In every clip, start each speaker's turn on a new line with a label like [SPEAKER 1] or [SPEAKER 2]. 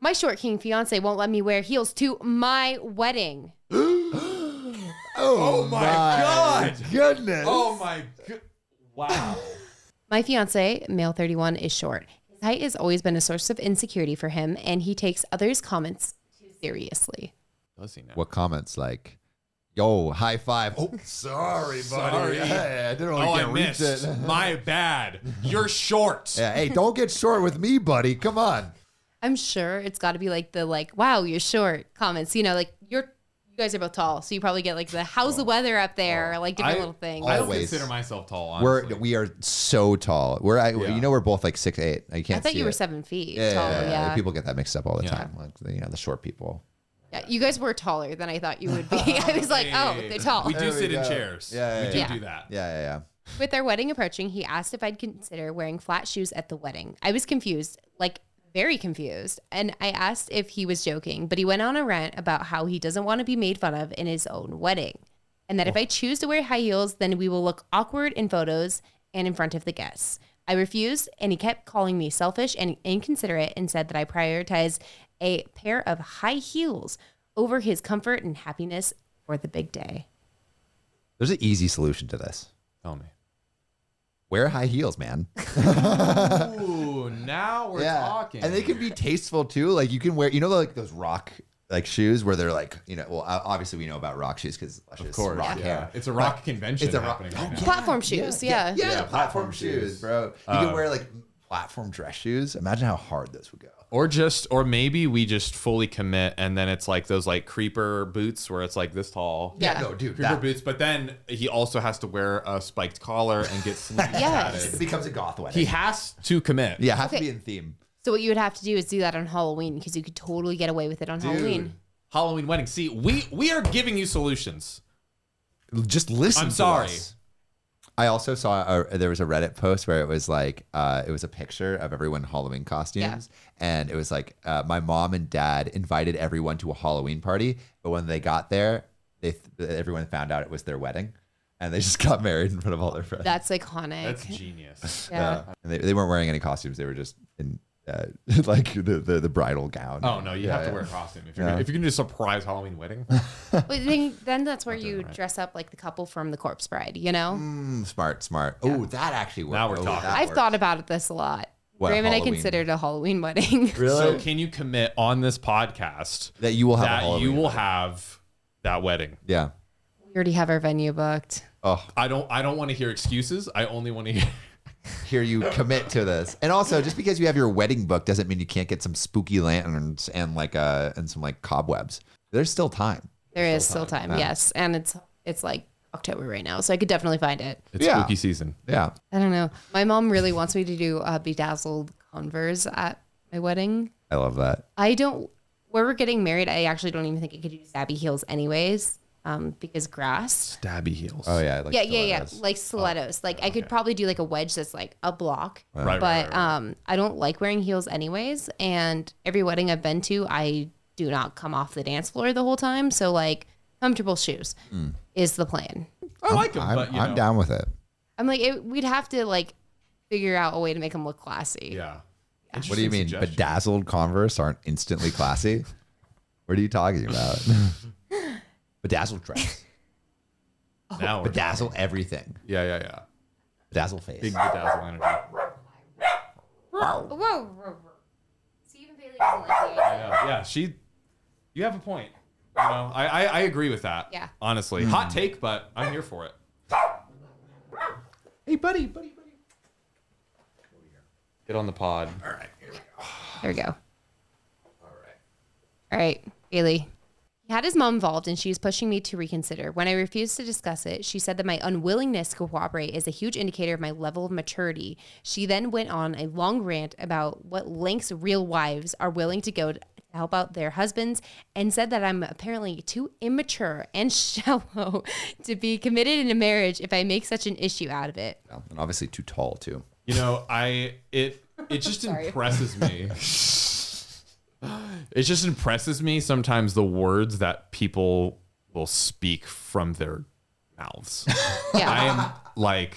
[SPEAKER 1] My short king fiance won't let me wear heels to my wedding.
[SPEAKER 2] Oh,
[SPEAKER 3] my God.
[SPEAKER 2] Goodness.
[SPEAKER 3] Oh my god! Wow.
[SPEAKER 1] My fiance, male 31, is short. His height has always been a source of insecurity for him, and he takes others' comments too seriously.
[SPEAKER 3] Does he now?
[SPEAKER 2] What comments like? Yo, high five. Oh, sorry, buddy.
[SPEAKER 3] Sorry.
[SPEAKER 2] Hey, I didn't really
[SPEAKER 3] Oh,
[SPEAKER 2] get
[SPEAKER 3] I
[SPEAKER 2] reach
[SPEAKER 3] missed.
[SPEAKER 2] it.
[SPEAKER 3] My bad. You're short.
[SPEAKER 2] yeah, hey, don't get short with me, buddy. Come on.
[SPEAKER 1] I'm sure it's got to be like the like, wow, you're short comments. You know, like you're you guys are both tall, so you probably get like the how's the weather up there, or like different
[SPEAKER 3] I-
[SPEAKER 1] little things.
[SPEAKER 3] I don't
[SPEAKER 2] Always.
[SPEAKER 3] consider myself tall.
[SPEAKER 2] We're
[SPEAKER 3] Honestly.
[SPEAKER 2] we are so tall. We're I,
[SPEAKER 3] Yeah.
[SPEAKER 2] you know we're both like six eight. I
[SPEAKER 1] I
[SPEAKER 2] can't.
[SPEAKER 1] thought
[SPEAKER 2] see
[SPEAKER 1] you were
[SPEAKER 2] it.
[SPEAKER 1] seven feet
[SPEAKER 2] Yeah,
[SPEAKER 1] tall.
[SPEAKER 2] yeah, yeah,
[SPEAKER 1] Yeah.
[SPEAKER 2] People get that mixed up all the
[SPEAKER 3] Yeah.
[SPEAKER 2] time. Like, you know, the short people.
[SPEAKER 1] yeah, you guys were taller than I thought you would be. I was like, oh,
[SPEAKER 3] Hey,
[SPEAKER 1] they're tall.
[SPEAKER 3] We do
[SPEAKER 2] There we
[SPEAKER 3] sit in
[SPEAKER 2] go.
[SPEAKER 3] chairs.
[SPEAKER 2] Yeah, yeah,
[SPEAKER 3] we do
[SPEAKER 1] yeah.
[SPEAKER 3] do that.
[SPEAKER 2] Yeah, yeah, yeah.
[SPEAKER 1] With our wedding approaching, he asked if I'd consider wearing flat shoes at the wedding. I was confused, like very confused, and I asked if he was joking, but he went on a rant about how he doesn't want to be made fun of in his own wedding, and that if I choose to wear high heels, then we will look awkward in photos and in front of the guests. I refused, and he kept calling me selfish and inconsiderate and said that I prioritize a pair of high heels over his comfort and happiness for the big day.
[SPEAKER 2] There's an easy solution to this.
[SPEAKER 3] Tell me.
[SPEAKER 2] Wear high heels, man.
[SPEAKER 3] Ooh, now we're talking.
[SPEAKER 2] and they can be tasteful too. Like you can wear, you know, like those rock like shoes where they're like, you know, well, o- obviously we know about rock shoes because of
[SPEAKER 3] course,
[SPEAKER 2] rock
[SPEAKER 3] yeah.
[SPEAKER 2] hair.
[SPEAKER 3] It's a rock convention
[SPEAKER 2] It's a rock.
[SPEAKER 3] happening right
[SPEAKER 2] Oh,
[SPEAKER 3] now.
[SPEAKER 2] yeah,
[SPEAKER 1] Platform shoes, yeah.
[SPEAKER 2] yeah,
[SPEAKER 3] Yeah,
[SPEAKER 2] platform, shoes, bro. You can
[SPEAKER 3] Uh,
[SPEAKER 2] wear like platform dress shoes. Imagine how hard those would go.
[SPEAKER 3] or just, or maybe we just fully commit, and then it's like those like creeper boots where it's like this tall.
[SPEAKER 1] Yeah.
[SPEAKER 2] no, dude,
[SPEAKER 3] Creeper
[SPEAKER 2] that,
[SPEAKER 3] boots, but then he also has to wear a spiked collar and get sleeves
[SPEAKER 1] Yes.
[SPEAKER 3] added.
[SPEAKER 2] it becomes a goth
[SPEAKER 3] He
[SPEAKER 2] wedding.
[SPEAKER 3] has to commit.
[SPEAKER 2] yeah, have
[SPEAKER 1] Okay.
[SPEAKER 2] to be in theme.
[SPEAKER 1] So what you would have to do is do that on Halloween because you could totally get away with it on Halloween.
[SPEAKER 3] Halloween wedding. See, we we are giving you solutions.
[SPEAKER 2] just listen.
[SPEAKER 3] I'm
[SPEAKER 2] to
[SPEAKER 3] sorry.
[SPEAKER 2] us. I also saw a, there was a Reddit post where it was like uh, it was a picture of everyone in Halloween costumes, and it was like uh, my mom and dad invited everyone to a Halloween party, but when they got there, they th- everyone found out it was their wedding, and they just got married in front of all their friends.
[SPEAKER 1] That's iconic.
[SPEAKER 3] That's genius.
[SPEAKER 1] yeah.
[SPEAKER 2] Uh, and they, they weren't wearing any costumes; they were just in uh, like the, the the bridal gown.
[SPEAKER 3] Oh no, you
[SPEAKER 2] Yeah,
[SPEAKER 3] have to
[SPEAKER 2] yeah.
[SPEAKER 3] wear a costume if you're gonna, if you're gonna do a surprise Halloween wedding.
[SPEAKER 1] But then, then that's where you dress up like the couple from The Corpse Bride. You know,
[SPEAKER 2] Mm, smart, smart. Oh, that actually worked.
[SPEAKER 3] Now we're
[SPEAKER 2] Oh,
[SPEAKER 3] talking.
[SPEAKER 2] that
[SPEAKER 1] I've
[SPEAKER 2] worked.
[SPEAKER 1] thought about this a lot.
[SPEAKER 2] What,
[SPEAKER 1] Graham and I
[SPEAKER 2] Halloween?
[SPEAKER 1] considered a Halloween wedding.
[SPEAKER 3] So can you commit on this podcast
[SPEAKER 2] that you will have. a
[SPEAKER 3] that you
[SPEAKER 2] Halloween
[SPEAKER 3] will
[SPEAKER 2] wedding.
[SPEAKER 3] have that wedding?
[SPEAKER 2] Yeah.
[SPEAKER 1] we already have our venue booked.
[SPEAKER 2] Oh,
[SPEAKER 3] I don't I don't want to hear excuses. I only want to hear
[SPEAKER 2] here you commit to this. And also, just because you have your wedding book doesn't mean you can't get some spooky lanterns and like uh and some like cobwebs. There's still time.
[SPEAKER 1] There is still time, yes, and it's it's like October right now, so I could definitely find it.
[SPEAKER 3] it's
[SPEAKER 2] Yeah.
[SPEAKER 3] spooky season.
[SPEAKER 2] Yeah.
[SPEAKER 1] I don't know. My mom really wants me to do uh, bedazzled Converse at my wedding.
[SPEAKER 2] I love that.
[SPEAKER 1] I don't. Where we're getting married, I actually don't even think I could do stabby heels, anyways, um, because grass.
[SPEAKER 3] Stabby heels.
[SPEAKER 2] Oh yeah. I Like
[SPEAKER 1] yeah, yeah, yeah.
[SPEAKER 2] stilettos. Oh,
[SPEAKER 1] Like stilettos. like I could probably do like a wedge that's like a block.
[SPEAKER 3] Right,
[SPEAKER 1] but
[SPEAKER 3] right, right, right.
[SPEAKER 1] um, I don't like wearing heels anyways. And every wedding I've been to, I do not come off the dance floor the whole time. So like comfortable shoes
[SPEAKER 2] Hmm.
[SPEAKER 1] is the plan.
[SPEAKER 3] I like them,
[SPEAKER 2] I'm,
[SPEAKER 3] but you
[SPEAKER 2] I'm
[SPEAKER 3] know.
[SPEAKER 2] down with it.
[SPEAKER 1] I'm like it, we'd have to like figure out a way to make them look classy.
[SPEAKER 3] Yeah.
[SPEAKER 2] What do you
[SPEAKER 3] Interesting
[SPEAKER 2] mean?
[SPEAKER 3] suggestion.
[SPEAKER 2] Bedazzled Converse aren't instantly classy. what are you talking about? bedazzled dress. Oh,
[SPEAKER 3] Now we're-
[SPEAKER 2] Bedazzle everything.
[SPEAKER 3] Yeah, yeah, yeah.
[SPEAKER 2] Bedazzle face.
[SPEAKER 3] Big bedazzle energy.
[SPEAKER 1] Whoa, whoa, whoa. See, even Bailey doesn't like the idea.
[SPEAKER 3] Yeah, yeah, she you have a point. You know, I, I, I agree with that.
[SPEAKER 1] Yeah.
[SPEAKER 3] Honestly. Hot take, but I'm here for it.
[SPEAKER 2] Hey, buddy, buddy, buddy.
[SPEAKER 3] Get on the pod.
[SPEAKER 1] There we go. All right. All right, Bailey. He had his mom involved and she's pushing me to reconsider. When I refused to discuss it, she said that my unwillingness to cooperate is a huge indicator of my level of maturity. She then went on a long rant about what lengths real wives are willing to go to help out their husbands and said that I'm apparently too immature and shallow to be committed in a marriage if I make such an issue out of it.
[SPEAKER 2] And obviously too tall too.
[SPEAKER 3] You know, I it it just impresses me. it just impresses me sometimes the words that people will speak from their mouths.
[SPEAKER 1] Yeah.
[SPEAKER 3] I am like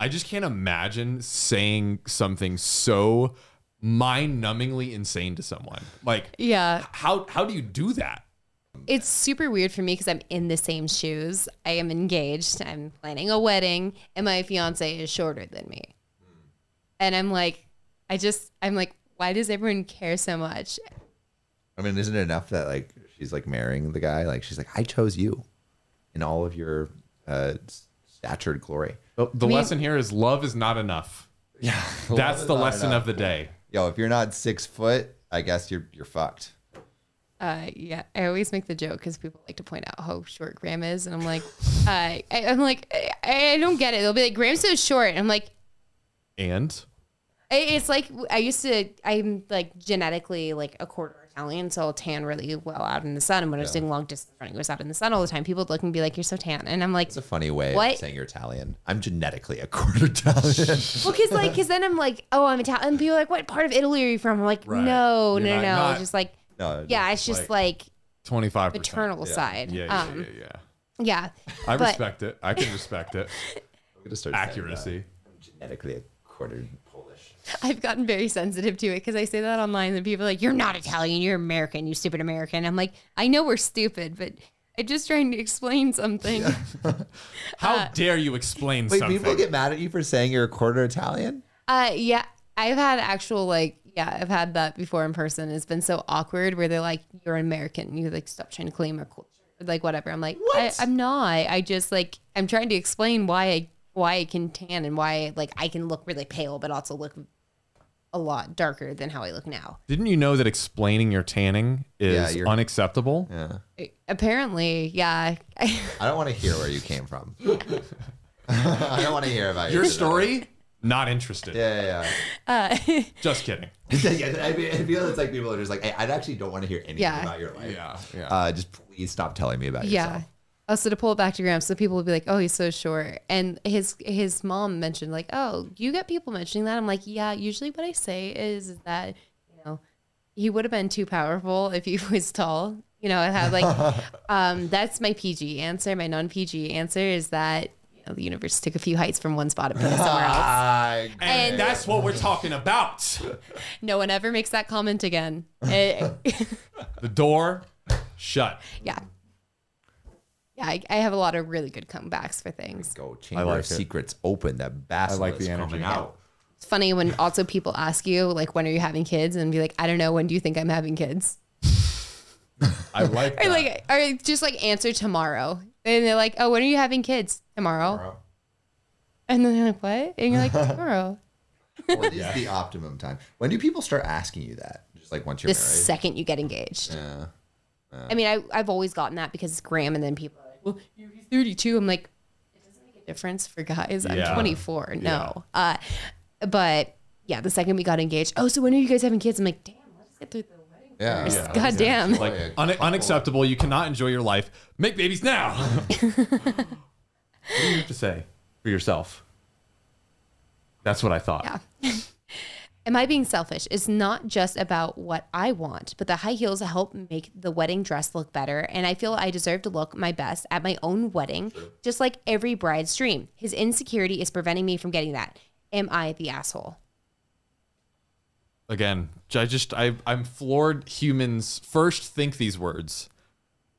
[SPEAKER 3] I just can't imagine saying something so mind-numbingly insane to someone. Like
[SPEAKER 1] Yeah.
[SPEAKER 3] how how do you do that?
[SPEAKER 1] It's super weird for me because I'm in the same shoes. I am engaged. I'm planning a wedding, and my fiance is shorter than me. And I'm like, I just, I'm like, why does everyone care so much?
[SPEAKER 2] I mean, isn't it enough that like she's like marrying the guy? Like she's like, I chose you in all of your uh, s- statured glory.
[SPEAKER 3] The, the
[SPEAKER 1] mean-
[SPEAKER 3] lesson here is love is not enough.
[SPEAKER 2] Yeah,
[SPEAKER 3] That's the lesson of the day.
[SPEAKER 2] yo. If you're not six foot, I guess you're you're fucked.
[SPEAKER 1] Uh, yeah, I always make the joke because people like to point out how short Graham is, and I'm like, uh, I, I'm like, I, I don't get it. They'll be like, Graham's so short, and I'm like,
[SPEAKER 3] And
[SPEAKER 1] I- It's like I used to. I'm like genetically like a quarter Italian, so I'll tan really well out in the sun. And when I was doing long distance running, I was out in the sun all the time. People would look and be like, "You're so tan," and I'm like,
[SPEAKER 2] It's a funny way of
[SPEAKER 1] What?
[SPEAKER 2] saying you're Italian. I'm genetically a quarter Italian.
[SPEAKER 1] "Well, because like, because then I'm like, oh, I'm Italian." And people are like, "What part of Italy are you from?" I'm like,
[SPEAKER 3] Right.
[SPEAKER 1] "No,
[SPEAKER 3] You're
[SPEAKER 1] no,
[SPEAKER 3] not-
[SPEAKER 1] no,
[SPEAKER 3] not-
[SPEAKER 1] It's just like,
[SPEAKER 2] no,
[SPEAKER 1] yeah, it's just like,
[SPEAKER 3] 25
[SPEAKER 1] maternal side."
[SPEAKER 3] Yeah, yeah,
[SPEAKER 1] um,
[SPEAKER 3] yeah, yeah.
[SPEAKER 1] yeah.
[SPEAKER 3] I
[SPEAKER 1] But-
[SPEAKER 3] respect it. I can respect it.
[SPEAKER 2] I'm gonna start saying, uh,
[SPEAKER 3] Accuracy.
[SPEAKER 2] I'm genetically a quarter Polish.
[SPEAKER 1] I've gotten very sensitive to it because I say that online, and people are like, "You're not Italian. You're American. You stupid American." I'm like, I know we're stupid, but I'm just trying to explain something.
[SPEAKER 3] How
[SPEAKER 1] Uh,
[SPEAKER 3] dare you explain
[SPEAKER 2] Wait,
[SPEAKER 3] something?
[SPEAKER 2] people get mad at you for saying you're a quarter Italian?
[SPEAKER 1] Uh, yeah, I've had actual like, yeah, I've had that before in person. It's been so awkward where they're like, "You're American," you like stop trying to claim our culture, like whatever. I'm like, I, I'm not. I just like I'm trying to explain why I why I can tan and why like I can look really pale, but also look a lot darker than how I look now.
[SPEAKER 3] Didn't you know that explaining your tanning
[SPEAKER 2] Yeah,
[SPEAKER 3] is
[SPEAKER 2] you're-
[SPEAKER 3] unacceptable?
[SPEAKER 2] Yeah.
[SPEAKER 1] Apparently, yeah.
[SPEAKER 2] I don't want to hear where you came from. I don't want to hear about
[SPEAKER 3] Your
[SPEAKER 2] genetic-
[SPEAKER 3] story? Not interested.
[SPEAKER 2] Yeah, yeah, yeah.
[SPEAKER 3] Just kidding.
[SPEAKER 2] yeah, I, mean, I feel it's like people are just like, hey, I actually don't want to hear anything
[SPEAKER 1] Yeah.
[SPEAKER 2] about your life.
[SPEAKER 3] Yeah, yeah.
[SPEAKER 2] Uh, just please stop telling me about
[SPEAKER 1] Yeah.
[SPEAKER 2] yourself.
[SPEAKER 1] Oh, so to pull it back to Graham, so people would be like, "Oh, he's so short," and his his mom mentioned like, "Oh, you get people mentioning that." I'm like, "Yeah, usually what I say is that you know he would have been too powerful if he was tall." You know, I have like, um, that's my PG answer. My non PG answer is that you know, the universe took a few heights from one spot and put it somewhere else.
[SPEAKER 2] I
[SPEAKER 3] and,
[SPEAKER 1] And-
[SPEAKER 3] that's what we're talking about.
[SPEAKER 1] No one ever makes that comment again. Eh,
[SPEAKER 3] The door shut.
[SPEAKER 1] yeah, yeah, I, I have a lot of really good comebacks for things.
[SPEAKER 2] go chamber
[SPEAKER 3] like
[SPEAKER 2] of
[SPEAKER 3] it.
[SPEAKER 2] secrets open. That basilisk
[SPEAKER 3] like the energy.
[SPEAKER 2] coming out.
[SPEAKER 1] It's funny when also people ask you like when are you having kids and be like I don't know when do you think I'm having kids
[SPEAKER 3] I like
[SPEAKER 1] or
[SPEAKER 3] that.
[SPEAKER 1] like or just like answer tomorrow and they're like oh when are you having kids tomorrow,
[SPEAKER 2] Tomorrow.
[SPEAKER 1] and then they're like what and you're like tomorrow
[SPEAKER 2] What is the optimum time? When do people start asking you that? Just like once you're
[SPEAKER 1] the
[SPEAKER 2] married.
[SPEAKER 1] second you get engaged
[SPEAKER 2] Yeah.
[SPEAKER 1] I mean I I've always gotten that because it's Graham and then people are like well you're 32 I'm like it doesn't make a difference for guys
[SPEAKER 3] Yeah.
[SPEAKER 1] I'm 24 no uh but yeah the second we got engaged oh so when are you guys having kids I'm like damn let's get through the wedding
[SPEAKER 2] Yeah.
[SPEAKER 1] first.
[SPEAKER 3] Oh, Yeah.
[SPEAKER 1] god damn
[SPEAKER 3] Like
[SPEAKER 2] Like a
[SPEAKER 3] un- unacceptable. You cannot enjoy your life. Make babies now. what do you have to say for yourself? That's what I thought.
[SPEAKER 1] Yeah. Am I being selfish? It's not just about what I want, but the high heels help make the wedding dress look better. And I feel I deserve to look my best at my own wedding, just like every bride's dream. His insecurity is preventing me from getting that. Am I the asshole?
[SPEAKER 3] Again, I just I I'm floored. Humans first think these words,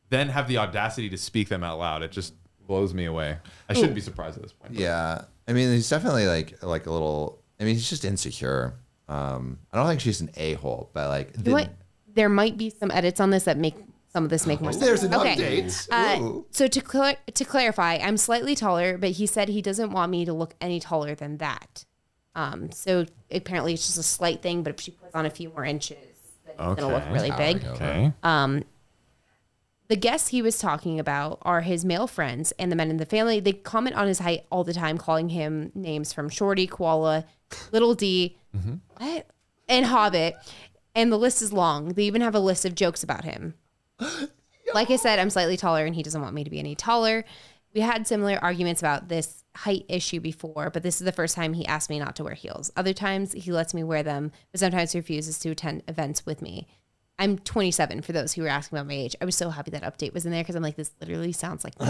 [SPEAKER 3] then have the audacity to speak them out loud. It just blows me away. I shouldn't be surprised at this point.
[SPEAKER 2] Yeah, I mean, he's definitely like like a little. I mean, he's just insecure. Um, I don't think she's an a hole, but like, the,
[SPEAKER 1] What? There might be some edits on this that make some of this make more sense.
[SPEAKER 2] Oh, there's an
[SPEAKER 1] Okay.
[SPEAKER 2] update.
[SPEAKER 1] Uh,
[SPEAKER 2] Ooh.
[SPEAKER 1] so to cl- to clarify, I'm slightly taller, but he said he doesn't want me to look any taller than that. Um, so apparently it's just a slight thing, but if she puts on a few more inches, then it's gonna
[SPEAKER 3] Okay.
[SPEAKER 1] look really big.
[SPEAKER 3] Okay.
[SPEAKER 1] The guests he was talking about are his male friends and the men in the family. They comment on his height all the time, calling him names from Shorty, Koala, Little D, what? and Hobbit. And the list is long. They even have a list of jokes about him. Like I said, I'm slightly taller and he doesn't want me to be any taller. We had similar arguments about this height issue before, but this is the first time he asked me not to wear heels. Other times he lets me wear them, but sometimes he refuses to attend events with me. I'm 27 for those who were asking about my age. I was so happy that update was in there because I'm like, this literally sounds like me.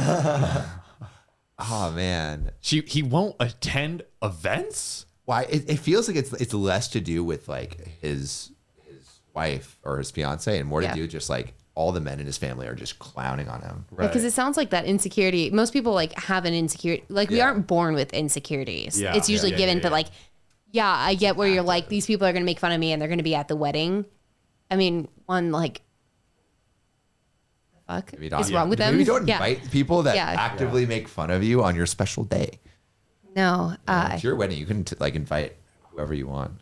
[SPEAKER 2] oh man,
[SPEAKER 3] She he won't attend events.
[SPEAKER 2] why it, it feels like it's it's less to do with like his his wife or his fiance and more to
[SPEAKER 1] Yeah.
[SPEAKER 2] do with just like all the men in his family are just clowning on him.
[SPEAKER 3] Right.
[SPEAKER 1] Because it sounds like that insecurity. Most people like have an insecurity. Like we
[SPEAKER 2] Yeah.
[SPEAKER 1] aren't born with insecurities.
[SPEAKER 3] Yeah,
[SPEAKER 1] It's
[SPEAKER 3] yeah,
[SPEAKER 1] usually
[SPEAKER 3] yeah,
[SPEAKER 1] given,
[SPEAKER 3] yeah,
[SPEAKER 1] but
[SPEAKER 3] yeah.
[SPEAKER 1] like, yeah, I get where you're like these people are going to make fun of me and they're going to be at the wedding. I mean, one like, fuck
[SPEAKER 2] Maybe not-
[SPEAKER 1] is wrong with them.
[SPEAKER 2] Maybe don't
[SPEAKER 1] yeah.
[SPEAKER 2] invite people that
[SPEAKER 1] Yeah.
[SPEAKER 2] actively make fun of you on your special day.
[SPEAKER 1] No, uh,
[SPEAKER 2] it's your wedding. You can t- like invite whoever you want.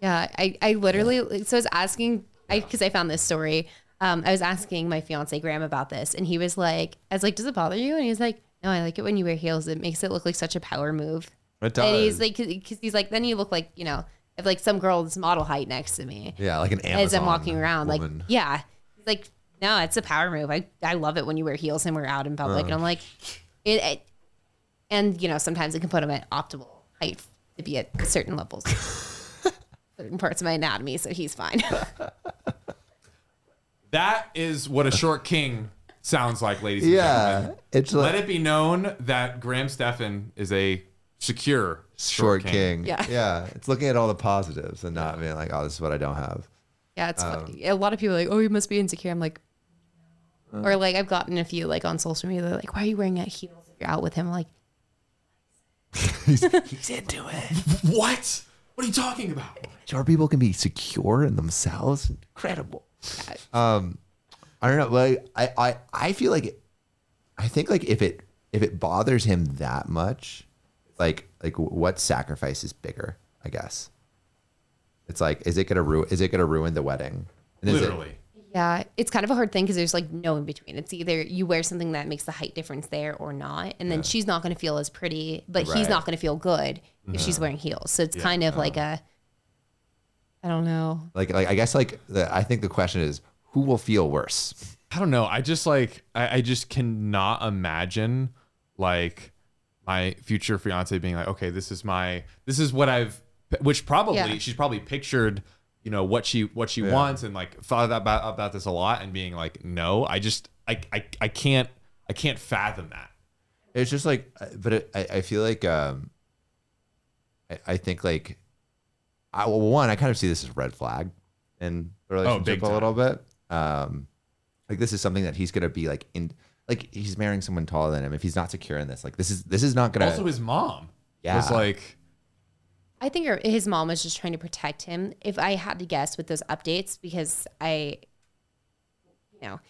[SPEAKER 1] Yeah, I, I literally so I was asking I because I found this story. Um, I was asking my fiance Graham about this, and he was like, "I was like, does it bother you?" And he was like, "No, I like it when you wear heels. It makes it look like such a power move."
[SPEAKER 2] It
[SPEAKER 1] And he's
[SPEAKER 2] does.
[SPEAKER 1] like, because he's like, then you look like you know, if like some girl's model height next to me
[SPEAKER 2] Yeah, like an Amazon
[SPEAKER 1] as I'm walking around,
[SPEAKER 2] woman.
[SPEAKER 1] like, yeah, he's like, no, it's a power move. I I love it when you wear heels and we're out in public, and I'm like, it, it, and you know, sometimes I can put them at optimal height to be at certain levels certain parts of my anatomy, so he's fine.
[SPEAKER 3] That is what a short king sounds like, ladies and
[SPEAKER 2] yeah,
[SPEAKER 3] gentlemen.
[SPEAKER 2] it's
[SPEAKER 3] Let
[SPEAKER 2] like
[SPEAKER 3] it be known that Graham Steffen is a secure
[SPEAKER 2] short king.
[SPEAKER 1] Yeah.
[SPEAKER 2] yeah, it's looking at all the positives and not being like, oh, this is what I don't have.
[SPEAKER 1] yeah, it's funny. A lot of people are like, oh, you must be insecure. I'm like,
[SPEAKER 2] Oh.
[SPEAKER 1] or like I've gotten a few like on social media, they're like, why are you wearing a heels if you're out with him? I'm like,
[SPEAKER 2] He's into it.
[SPEAKER 3] What? What are you talking about?
[SPEAKER 2] Short people can be secure in themselves. Incredible. Um, I don't know. Like, I, I, I feel like, it- I think like if it if it bothers him that much, like like what sacrifice is bigger? I guess. It's like, is it gonna ruin? Is it gonna ruin the wedding? And is it-
[SPEAKER 3] Literally.
[SPEAKER 1] yeah, it's kind of a hard thing because there's like no in between. It's either you wear something that makes the height difference there or not, and then she's not going to feel as pretty, but he's
[SPEAKER 2] Right.
[SPEAKER 1] not going to feel good if she's wearing heels. So it's kind of like a, I don't know.
[SPEAKER 2] like like I guess like the, I think the question is who will feel worse?
[SPEAKER 3] I don't know. I just like I, I just cannot imagine like my future fiance being like, okay, this is my this is what I've which probably
[SPEAKER 1] Yeah.
[SPEAKER 3] she's probably pictured, you know, what she what she wants and like thought about about this a lot and being like, no, I just I I, I can't I can't fathom that.
[SPEAKER 2] It's just like, uh, but it, I I feel like um, I, I think like, I well one I kind of see this as a red flag in the relationship a
[SPEAKER 3] Oh, time.
[SPEAKER 2] little bit. Um, like this is something that he's gonna be like in like he's marrying someone taller than him. If he's not secure in this, like this is this is not gonna.
[SPEAKER 3] Also his mom
[SPEAKER 2] Yeah.
[SPEAKER 3] was like
[SPEAKER 1] I think her, his mom was just trying to protect him. If I had to guess with those updates, because I, you know,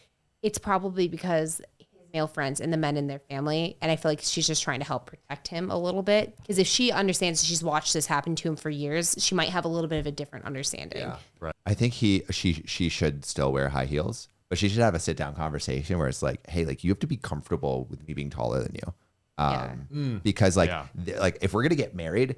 [SPEAKER 1] it's probably because his male friends and the men in their family, and I feel like she's just trying to help protect him a little bit. Because if she understands that she's watched this happen to him for years, she might have a little bit of a different understanding.
[SPEAKER 2] Yeah.
[SPEAKER 3] Right.
[SPEAKER 2] I think he she she should still wear high heels, but she should have a sit down conversation where it's like, hey, like you have to be comfortable with me being taller than you, um, because like
[SPEAKER 3] Yeah.
[SPEAKER 2] th- like if we're gonna get married,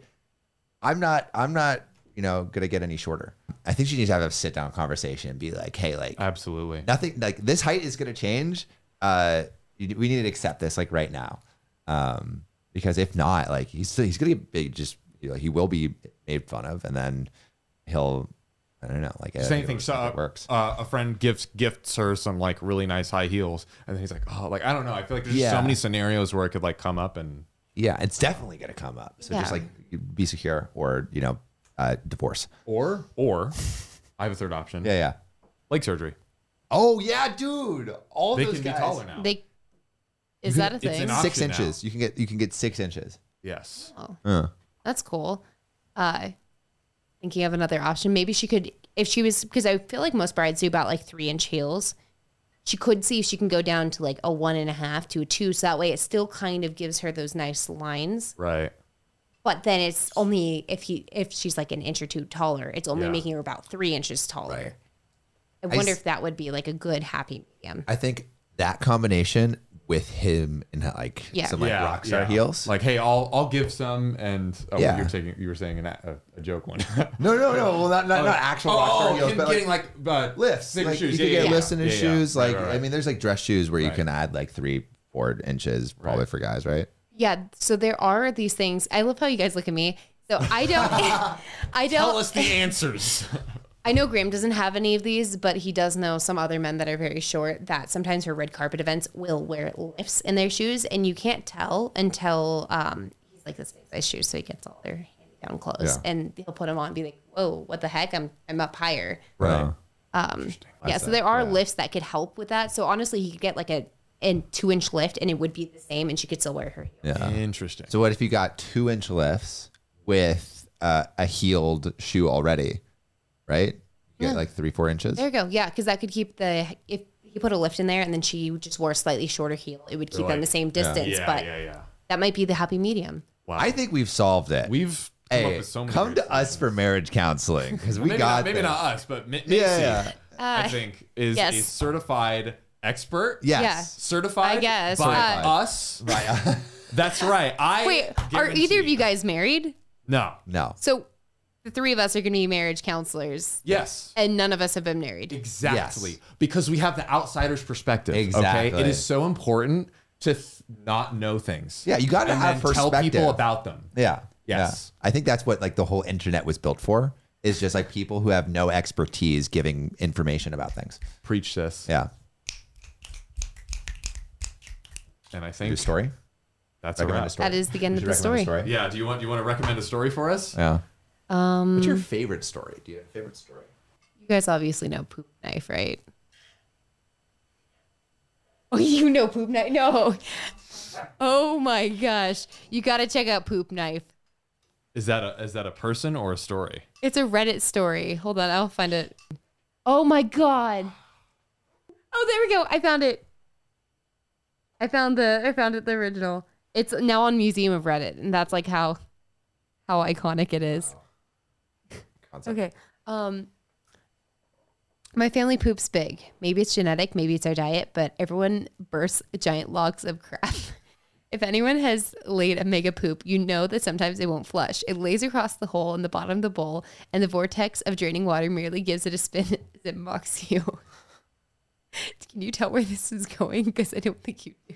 [SPEAKER 2] I'm not I'm not you know gonna get any shorter. I think she needs to have a sit down conversation and be like, hey, like
[SPEAKER 3] absolutely.
[SPEAKER 2] nothing like this height is gonna change. Uh, you- we need to accept this like right now, um, because if not, like he's still, he's gonna get big. Just you know, he will be made fun of, and then he'll. I don't know, like I
[SPEAKER 3] Same
[SPEAKER 2] don't
[SPEAKER 3] thing.
[SPEAKER 2] know
[SPEAKER 3] So
[SPEAKER 2] if
[SPEAKER 3] uh,
[SPEAKER 2] it works.
[SPEAKER 3] Uh, a friend gifts gifts her some like really nice high heels, and then he's like, "Oh, like I don't know. I feel like there's just so
[SPEAKER 2] Yeah.
[SPEAKER 3] many scenarios where it could like come up and
[SPEAKER 2] Yeah, it's definitely gonna come up. So
[SPEAKER 1] Yeah.
[SPEAKER 2] just like be secure, or you know, uh, divorce.
[SPEAKER 3] or or I have a third option.
[SPEAKER 2] Yeah, yeah.
[SPEAKER 3] leg surgery.
[SPEAKER 2] Oh yeah, dude. All
[SPEAKER 3] They
[SPEAKER 2] those
[SPEAKER 3] can
[SPEAKER 2] guys.
[SPEAKER 3] be taller now.
[SPEAKER 1] They is that a
[SPEAKER 3] It's an
[SPEAKER 1] thing?
[SPEAKER 3] op-
[SPEAKER 2] Six
[SPEAKER 3] Option now.
[SPEAKER 2] inches. You can get you can get six inches.
[SPEAKER 3] yes.
[SPEAKER 2] Oh.
[SPEAKER 1] That's cool. Uh, thinking of another option. Maybe she could, if she was, because I feel like most brides do about like three inch heels. She could see if she can go down to like a one and a half to a two. So that way it still kind of gives her those nice lines.
[SPEAKER 3] Right.
[SPEAKER 1] But then it's only if he, if she's like an inch or two taller, it's only
[SPEAKER 3] Yeah.
[SPEAKER 1] making her about three inches taller.
[SPEAKER 2] Right.
[SPEAKER 1] I
[SPEAKER 2] I
[SPEAKER 1] wonder
[SPEAKER 2] s-
[SPEAKER 1] if that would be like a good happy medium.
[SPEAKER 2] I think that combination with him in like
[SPEAKER 1] Yeah.
[SPEAKER 2] some like
[SPEAKER 3] yeah.
[SPEAKER 2] rock star
[SPEAKER 3] yeah.
[SPEAKER 2] heels.
[SPEAKER 3] Like, hey, I'll I'll give some, and oh,
[SPEAKER 2] Yeah.
[SPEAKER 3] you're taking you were saying an, a, a joke one.
[SPEAKER 2] no, no, no. Well, not not, not actual rock star
[SPEAKER 3] oh,
[SPEAKER 2] heels,
[SPEAKER 3] him
[SPEAKER 2] but
[SPEAKER 3] getting
[SPEAKER 2] like,
[SPEAKER 3] like, uh,
[SPEAKER 2] lifts.
[SPEAKER 3] thicker
[SPEAKER 2] Like,
[SPEAKER 3] shoes.
[SPEAKER 2] You
[SPEAKER 3] yeah,
[SPEAKER 2] can get
[SPEAKER 3] yeah,
[SPEAKER 2] lifts
[SPEAKER 3] yeah.
[SPEAKER 2] in his
[SPEAKER 3] Yeah, yeah.
[SPEAKER 2] shoes.
[SPEAKER 3] Right,
[SPEAKER 2] Like
[SPEAKER 3] right, right.
[SPEAKER 2] I mean, there's like dress shoes where you
[SPEAKER 3] Right.
[SPEAKER 2] can add like three, four inches probably
[SPEAKER 3] Right.
[SPEAKER 2] for guys, right?
[SPEAKER 1] Yeah. So there are these things. I love how you guys look at me. So I don't, I don't.
[SPEAKER 3] tell us the answers.
[SPEAKER 2] Uh-huh.
[SPEAKER 1] I know Graham doesn't have any of these, but he does know some other men that are very short that sometimes for red carpet events will wear lifts in their shoes, and you can't tell until um, he's like this big size shoes, so he gets all their handicapped down clothes,
[SPEAKER 2] Yeah.
[SPEAKER 1] and he'll put them on and be like, "Whoa, what the heck? I'm I'm up higher."
[SPEAKER 2] Right.
[SPEAKER 1] yeah, so there are lifts that could help with that. So honestly, he could get like a an two inch lift, and it would be the same, and she could still wear her. heel.
[SPEAKER 2] Yeah.
[SPEAKER 3] Interesting.
[SPEAKER 2] So what if you got two inch lifts with uh, a heeled shoe already, right? You get like three, four inches.
[SPEAKER 1] There you go. Yeah, because that could keep the if he put a lift in there, and then she just wore a slightly shorter heel, it would keep them
[SPEAKER 3] like-
[SPEAKER 1] the same distance.
[SPEAKER 3] yeah,
[SPEAKER 1] but
[SPEAKER 3] yeah, yeah.
[SPEAKER 1] that might be the happy medium.
[SPEAKER 3] Wow.
[SPEAKER 2] I think we've solved it.
[SPEAKER 3] we've come up
[SPEAKER 2] hey,
[SPEAKER 3] with so many.
[SPEAKER 2] come
[SPEAKER 3] great
[SPEAKER 2] to us for marriage counseling because we
[SPEAKER 3] maybe
[SPEAKER 2] got
[SPEAKER 3] not, maybe
[SPEAKER 2] this.
[SPEAKER 3] not us, but Mi- Mitzi,
[SPEAKER 2] Yeah, yeah.
[SPEAKER 3] I think, is
[SPEAKER 1] Uh, yes.
[SPEAKER 3] a certified expert.
[SPEAKER 2] Yes.
[SPEAKER 3] Certified
[SPEAKER 1] I guess.
[SPEAKER 3] by
[SPEAKER 1] Certified.
[SPEAKER 3] us.
[SPEAKER 2] Right.
[SPEAKER 3] That's right. I
[SPEAKER 1] Wait, are either of
[SPEAKER 3] guarantee-
[SPEAKER 1] you guys married?
[SPEAKER 3] No.
[SPEAKER 2] no.
[SPEAKER 1] So the three of us are going to be marriage counselors,
[SPEAKER 3] Yes.
[SPEAKER 1] and none of us have been married.
[SPEAKER 3] Exactly.
[SPEAKER 2] Yes.
[SPEAKER 3] Because we have the outsider's perspective.
[SPEAKER 2] Exactly.
[SPEAKER 3] Okay. It is so important to th- not know things.
[SPEAKER 2] Yeah, you gotta
[SPEAKER 3] And
[SPEAKER 2] have
[SPEAKER 3] then Tell
[SPEAKER 2] perspective.
[SPEAKER 3] people about them.
[SPEAKER 2] Yeah.
[SPEAKER 3] Yes.
[SPEAKER 2] Yeah. I think that's what like the whole internet was built for is just like people who have no expertise giving information about things.
[SPEAKER 3] Preach this.
[SPEAKER 2] Yeah.
[SPEAKER 3] And I
[SPEAKER 2] New
[SPEAKER 3] think
[SPEAKER 2] story.
[SPEAKER 3] that's a
[SPEAKER 2] Recommend
[SPEAKER 3] wrap.
[SPEAKER 2] a story.
[SPEAKER 1] That is the end
[SPEAKER 2] Would
[SPEAKER 1] of
[SPEAKER 2] you
[SPEAKER 1] the
[SPEAKER 2] recommend a
[SPEAKER 1] story.
[SPEAKER 3] Yeah. Do you want you want to recommend a story for us?
[SPEAKER 2] Yeah. Um, What's your favorite story? Do you have a favorite story?
[SPEAKER 1] You guys obviously know poop knife, right? Oh, you know poop knife? No. Oh my gosh. You got to check out poop knife.
[SPEAKER 3] Is that a is that a person or a story?
[SPEAKER 1] It's a Reddit story. Hold on, I'll find it. Oh my god. Oh, there we go. I found it. I found the I found it the original. It's now on Museum of Reddit, and that's like how how iconic it is.
[SPEAKER 2] Concept.
[SPEAKER 1] Okay. Um my family poops big. Maybe it's genetic, maybe it's our diet, but everyone bursts giant logs of crap. If anyone has laid a mega poop, you know that sometimes it won't flush. It lays across the hole in the bottom of the bowl, and the vortex of draining water merely gives it a spin as it mocks you. Can you tell where this is going? Because I don't think you do.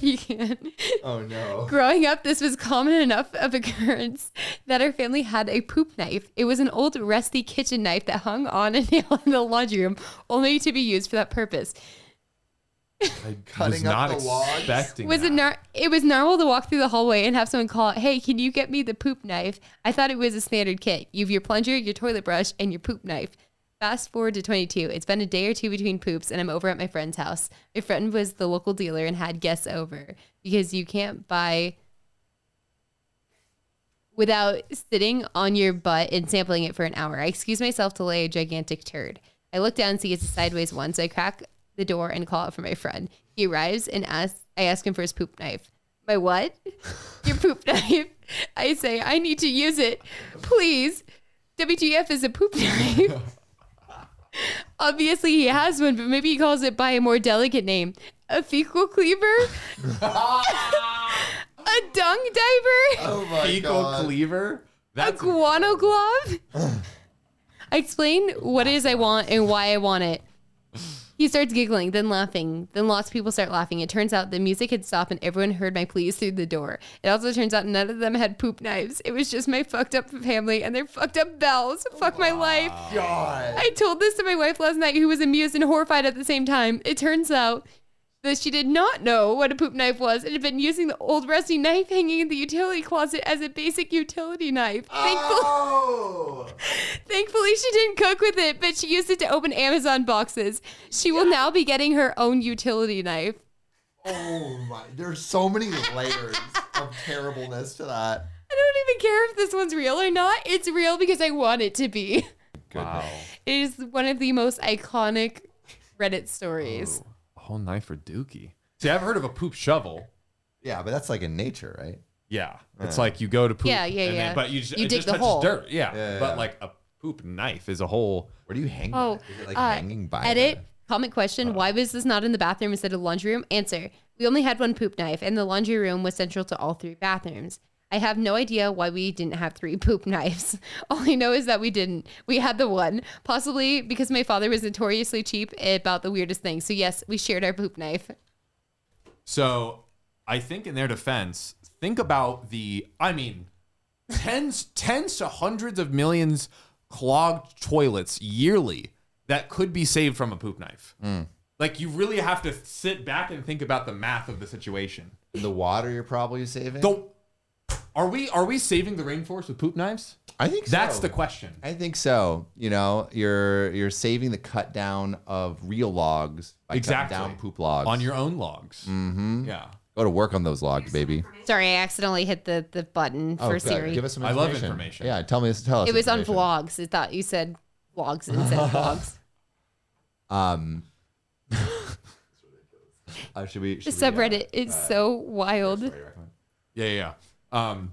[SPEAKER 1] you can.
[SPEAKER 2] Oh no.
[SPEAKER 1] Growing up, this was common enough of occurrence that our family had a poop knife. It was an old rusty kitchen knife that hung on a nail in the laundry room, only to be used for that purpose.
[SPEAKER 3] I was
[SPEAKER 2] Cutting up
[SPEAKER 3] not
[SPEAKER 2] the logs?
[SPEAKER 3] expecting.
[SPEAKER 1] Was
[SPEAKER 3] that.
[SPEAKER 1] it nar- it was normal to walk through the hallway and have someone call, "Hey, can you get me the poop knife?" I thought it was a standard kit. You've your plunger, your toilet brush, and your poop knife. Fast forward to 22. It's been a day or two between poops, and I'm over at my friend's house. My friend was the local dealer and had guests over because you can't buy without sitting on your butt and sampling it for an hour. I excuse myself to lay a gigantic turd. I look down and see it's a sideways one, so I crack the door and call out for my friend. He arrives and asks I ask him for his poop knife. My what? Your poop knife. I say, I need to use it. Please. WTF is a poop knife. Obviously he has one, but maybe he calls it by a more delicate name. A fecal cleaver? a dung diver?
[SPEAKER 2] Oh my
[SPEAKER 3] fecal cleaver?
[SPEAKER 1] a
[SPEAKER 3] That's
[SPEAKER 1] guano glove? I explain what it is I want and why I want it. He starts giggling, then laughing. Then lots of people start laughing. It turns out the music had stopped and everyone heard my pleas through the door. It also turns out none of them had poop knives. It was just my fucked up family and their fucked up bells. Fuck my life.
[SPEAKER 2] God.
[SPEAKER 1] I told this to my wife last night, who was amused and horrified at the same time. It turns out that she did not know what a poop knife was and had been using the old rusty knife hanging in the utility closet as a basic utility knife. Thankful-
[SPEAKER 2] Oh.
[SPEAKER 1] Thankfully, she didn't cook with it, but she used it to open Amazon boxes. She will now be getting her own utility knife.
[SPEAKER 2] oh my. There's so many layers of terribleness to that.
[SPEAKER 1] I don't even care if this one's real or not. It's real because I want it to be.
[SPEAKER 3] wow.
[SPEAKER 1] It is one of the most iconic Reddit stories.
[SPEAKER 3] A whole knife for Dookie. See, I've heard of a poop shovel.
[SPEAKER 2] Yeah, but that's like in nature, right?
[SPEAKER 3] Yeah, it's like you go to poop.
[SPEAKER 1] Yeah, yeah,
[SPEAKER 3] and
[SPEAKER 1] yeah.
[SPEAKER 3] Then, but you just,
[SPEAKER 1] You
[SPEAKER 3] it
[SPEAKER 1] dig
[SPEAKER 3] just
[SPEAKER 1] the
[SPEAKER 3] touches
[SPEAKER 1] hole.
[SPEAKER 3] dirt. Yeah.
[SPEAKER 2] Yeah,
[SPEAKER 3] but
[SPEAKER 2] yeah.
[SPEAKER 3] like a poop knife is a whole.
[SPEAKER 2] Where do you hang?
[SPEAKER 1] Oh,
[SPEAKER 2] it? Is it like
[SPEAKER 1] uh,
[SPEAKER 2] hanging by?
[SPEAKER 1] Edit. Comment question.
[SPEAKER 2] Uh-huh.
[SPEAKER 1] Why was this not in the bathroom instead of laundry room? Answer. We only had one poop knife, and the laundry room was central to all three bathrooms. I have no idea why we didn't have three poop knives. All I know is that we didn't. We had the one, possibly because my father was notoriously cheap about the weirdest things. So yes, we shared our poop knife.
[SPEAKER 3] So I think in their defense, think about the. I mean, tens, tens to hundreds of millions clogged toilets yearly that could be saved from a poop knife. Like you really have to sit back and think about the math of the situation.
[SPEAKER 2] the water you're probably saving.
[SPEAKER 3] The Are we are we saving the rainforest with poop knives?
[SPEAKER 2] I think
[SPEAKER 3] That's
[SPEAKER 2] so.
[SPEAKER 3] the question.
[SPEAKER 2] I think so. You know, you're you're saving the cut down of real logs by
[SPEAKER 3] Exactly.
[SPEAKER 2] cutting down poop logs
[SPEAKER 3] On your own logs. Mm-hmm. Yeah.
[SPEAKER 2] go to work on those logs, baby.
[SPEAKER 1] Sorry, I accidentally hit the, the button for
[SPEAKER 2] Oh, good.
[SPEAKER 1] Siri.
[SPEAKER 2] give us some.
[SPEAKER 3] I
[SPEAKER 2] Information.
[SPEAKER 3] love information.
[SPEAKER 2] Yeah, tell me. Tell us.
[SPEAKER 1] it was on
[SPEAKER 2] information.
[SPEAKER 1] vlogs. I thought you said vlogs instead of vlogs.
[SPEAKER 2] Um, uh, should we?
[SPEAKER 1] The
[SPEAKER 2] Should we, uh,
[SPEAKER 1] subreddit is so wild.
[SPEAKER 3] Yeah, yeah. yeah. Um,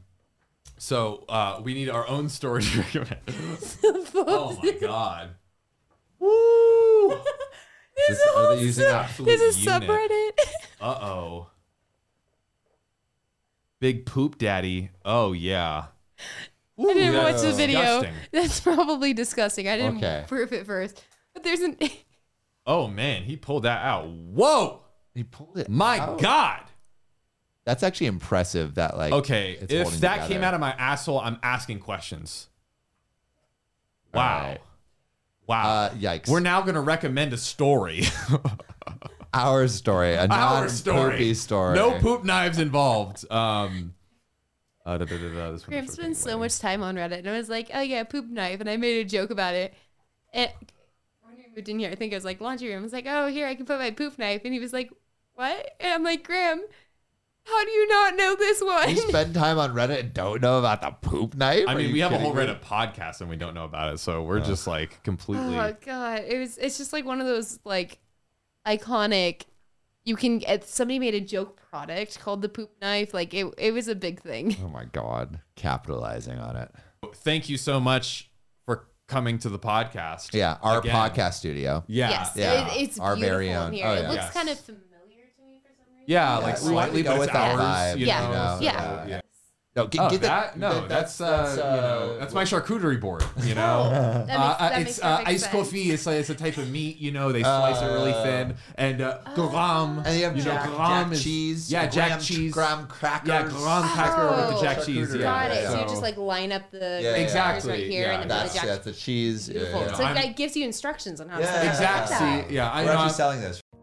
[SPEAKER 3] so uh, we need our own story to recommend. oh my god. Woo!
[SPEAKER 2] is this- are they using that?
[SPEAKER 1] There's a subreddit.
[SPEAKER 3] Uh oh. Big poop daddy. Oh yeah.
[SPEAKER 1] I didn't
[SPEAKER 3] Ooh,
[SPEAKER 1] watch
[SPEAKER 3] that's
[SPEAKER 1] the video.
[SPEAKER 3] disgusting.
[SPEAKER 1] That's probably disgusting. I didn't
[SPEAKER 2] Okay.
[SPEAKER 1] proof it first. But there's an
[SPEAKER 3] Oh man, he pulled that out. Whoa!
[SPEAKER 2] He pulled it.
[SPEAKER 3] My
[SPEAKER 2] out.
[SPEAKER 3] god.
[SPEAKER 2] that's actually impressive. That like.
[SPEAKER 3] Okay,
[SPEAKER 2] it's
[SPEAKER 3] if
[SPEAKER 2] holding
[SPEAKER 3] that
[SPEAKER 2] together.
[SPEAKER 3] came out of my asshole, I'm asking questions.
[SPEAKER 2] All
[SPEAKER 3] Wow.
[SPEAKER 2] right.
[SPEAKER 3] Wow.
[SPEAKER 2] Uh, yikes.
[SPEAKER 3] We're now going to recommend a story.
[SPEAKER 2] our story, a
[SPEAKER 3] Our
[SPEAKER 2] non
[SPEAKER 3] story.
[SPEAKER 2] poopy story.
[SPEAKER 3] No poop knives involved. Um, uh, da, da, da, da, this one
[SPEAKER 1] Graham
[SPEAKER 3] is
[SPEAKER 1] spends
[SPEAKER 3] okay,
[SPEAKER 1] so
[SPEAKER 3] wait.
[SPEAKER 1] much time on Reddit, and I was like, "Oh yeah, poop knife," and I made a joke about it. And when we moved in here, I think it was like laundry room. I was like, "Oh, here I can put my poop knife," and he was like, "What?" And I'm like, "Graham, how do you not know this
[SPEAKER 2] You
[SPEAKER 1] one?"
[SPEAKER 2] spend time on Reddit and don't know about the poop knife.
[SPEAKER 3] I
[SPEAKER 2] Are
[SPEAKER 3] mean,
[SPEAKER 2] you
[SPEAKER 3] we have a
[SPEAKER 2] kidding
[SPEAKER 3] whole
[SPEAKER 2] me?
[SPEAKER 3] Reddit podcast and we don't know about it. So we're just like completely.
[SPEAKER 1] Oh god, it was. It's just like one of those like iconic. You can. It, somebody made a joke product called the poop knife. Like it. It was a big thing.
[SPEAKER 2] Oh my god, capitalizing on it.
[SPEAKER 3] Thank you so much for coming to the podcast.
[SPEAKER 2] Yeah, our
[SPEAKER 3] Again.
[SPEAKER 2] podcast studio.
[SPEAKER 3] Yeah.
[SPEAKER 1] yes,
[SPEAKER 2] yeah.
[SPEAKER 1] It, it's
[SPEAKER 2] Our
[SPEAKER 1] beautiful
[SPEAKER 2] very own-
[SPEAKER 1] in here.
[SPEAKER 2] oh,
[SPEAKER 1] it
[SPEAKER 2] yeah.
[SPEAKER 1] looks
[SPEAKER 3] Yes.
[SPEAKER 1] kind of familiar to me for some reason.
[SPEAKER 2] Yeah,
[SPEAKER 3] Yeah, like
[SPEAKER 2] we wanted
[SPEAKER 3] slightly,
[SPEAKER 2] to go
[SPEAKER 3] but
[SPEAKER 2] with
[SPEAKER 3] it's
[SPEAKER 2] that
[SPEAKER 3] ours.
[SPEAKER 2] vibe,
[SPEAKER 3] you
[SPEAKER 1] you
[SPEAKER 3] know,
[SPEAKER 1] know,
[SPEAKER 3] so,
[SPEAKER 1] yeah.
[SPEAKER 3] yeah.
[SPEAKER 2] No, get,
[SPEAKER 3] Oh,
[SPEAKER 2] get
[SPEAKER 3] that,
[SPEAKER 2] the,
[SPEAKER 3] no,
[SPEAKER 2] that-
[SPEAKER 3] that's, uh, you know, that's my charcuterie board. You know,
[SPEAKER 1] That
[SPEAKER 3] uh,
[SPEAKER 1] makes- that makes
[SPEAKER 3] uh, it's uh,
[SPEAKER 1] perfect
[SPEAKER 3] ice
[SPEAKER 1] sense.
[SPEAKER 3] coffee. It's like it's a type of meat. You know, they slice it really thin, and uh, gram.
[SPEAKER 2] and you have
[SPEAKER 3] you know,
[SPEAKER 2] jack,
[SPEAKER 3] gram
[SPEAKER 2] jack
[SPEAKER 3] is-
[SPEAKER 2] cheese.
[SPEAKER 3] Yeah, jack
[SPEAKER 2] graham-
[SPEAKER 3] cheese.
[SPEAKER 2] graham crackers.
[SPEAKER 3] Yeah, graham cracker with the
[SPEAKER 1] Oh,
[SPEAKER 3] jack cheese. Yeah,
[SPEAKER 1] Got it. So,
[SPEAKER 2] Yeah.
[SPEAKER 1] you just like line up the
[SPEAKER 2] Yeah,
[SPEAKER 1] crackers
[SPEAKER 3] exactly,
[SPEAKER 1] right here
[SPEAKER 3] yeah.
[SPEAKER 1] and then
[SPEAKER 2] That's
[SPEAKER 1] put the jack.
[SPEAKER 2] that's the cheese. yeah,
[SPEAKER 1] Beautiful.
[SPEAKER 2] yeah.
[SPEAKER 1] So
[SPEAKER 3] I'm-
[SPEAKER 1] that gives you instructions on how to set it up.
[SPEAKER 3] Exactly.
[SPEAKER 1] I like that.
[SPEAKER 3] See, yeah, I
[SPEAKER 2] We're actually
[SPEAKER 3] know.
[SPEAKER 2] selling this.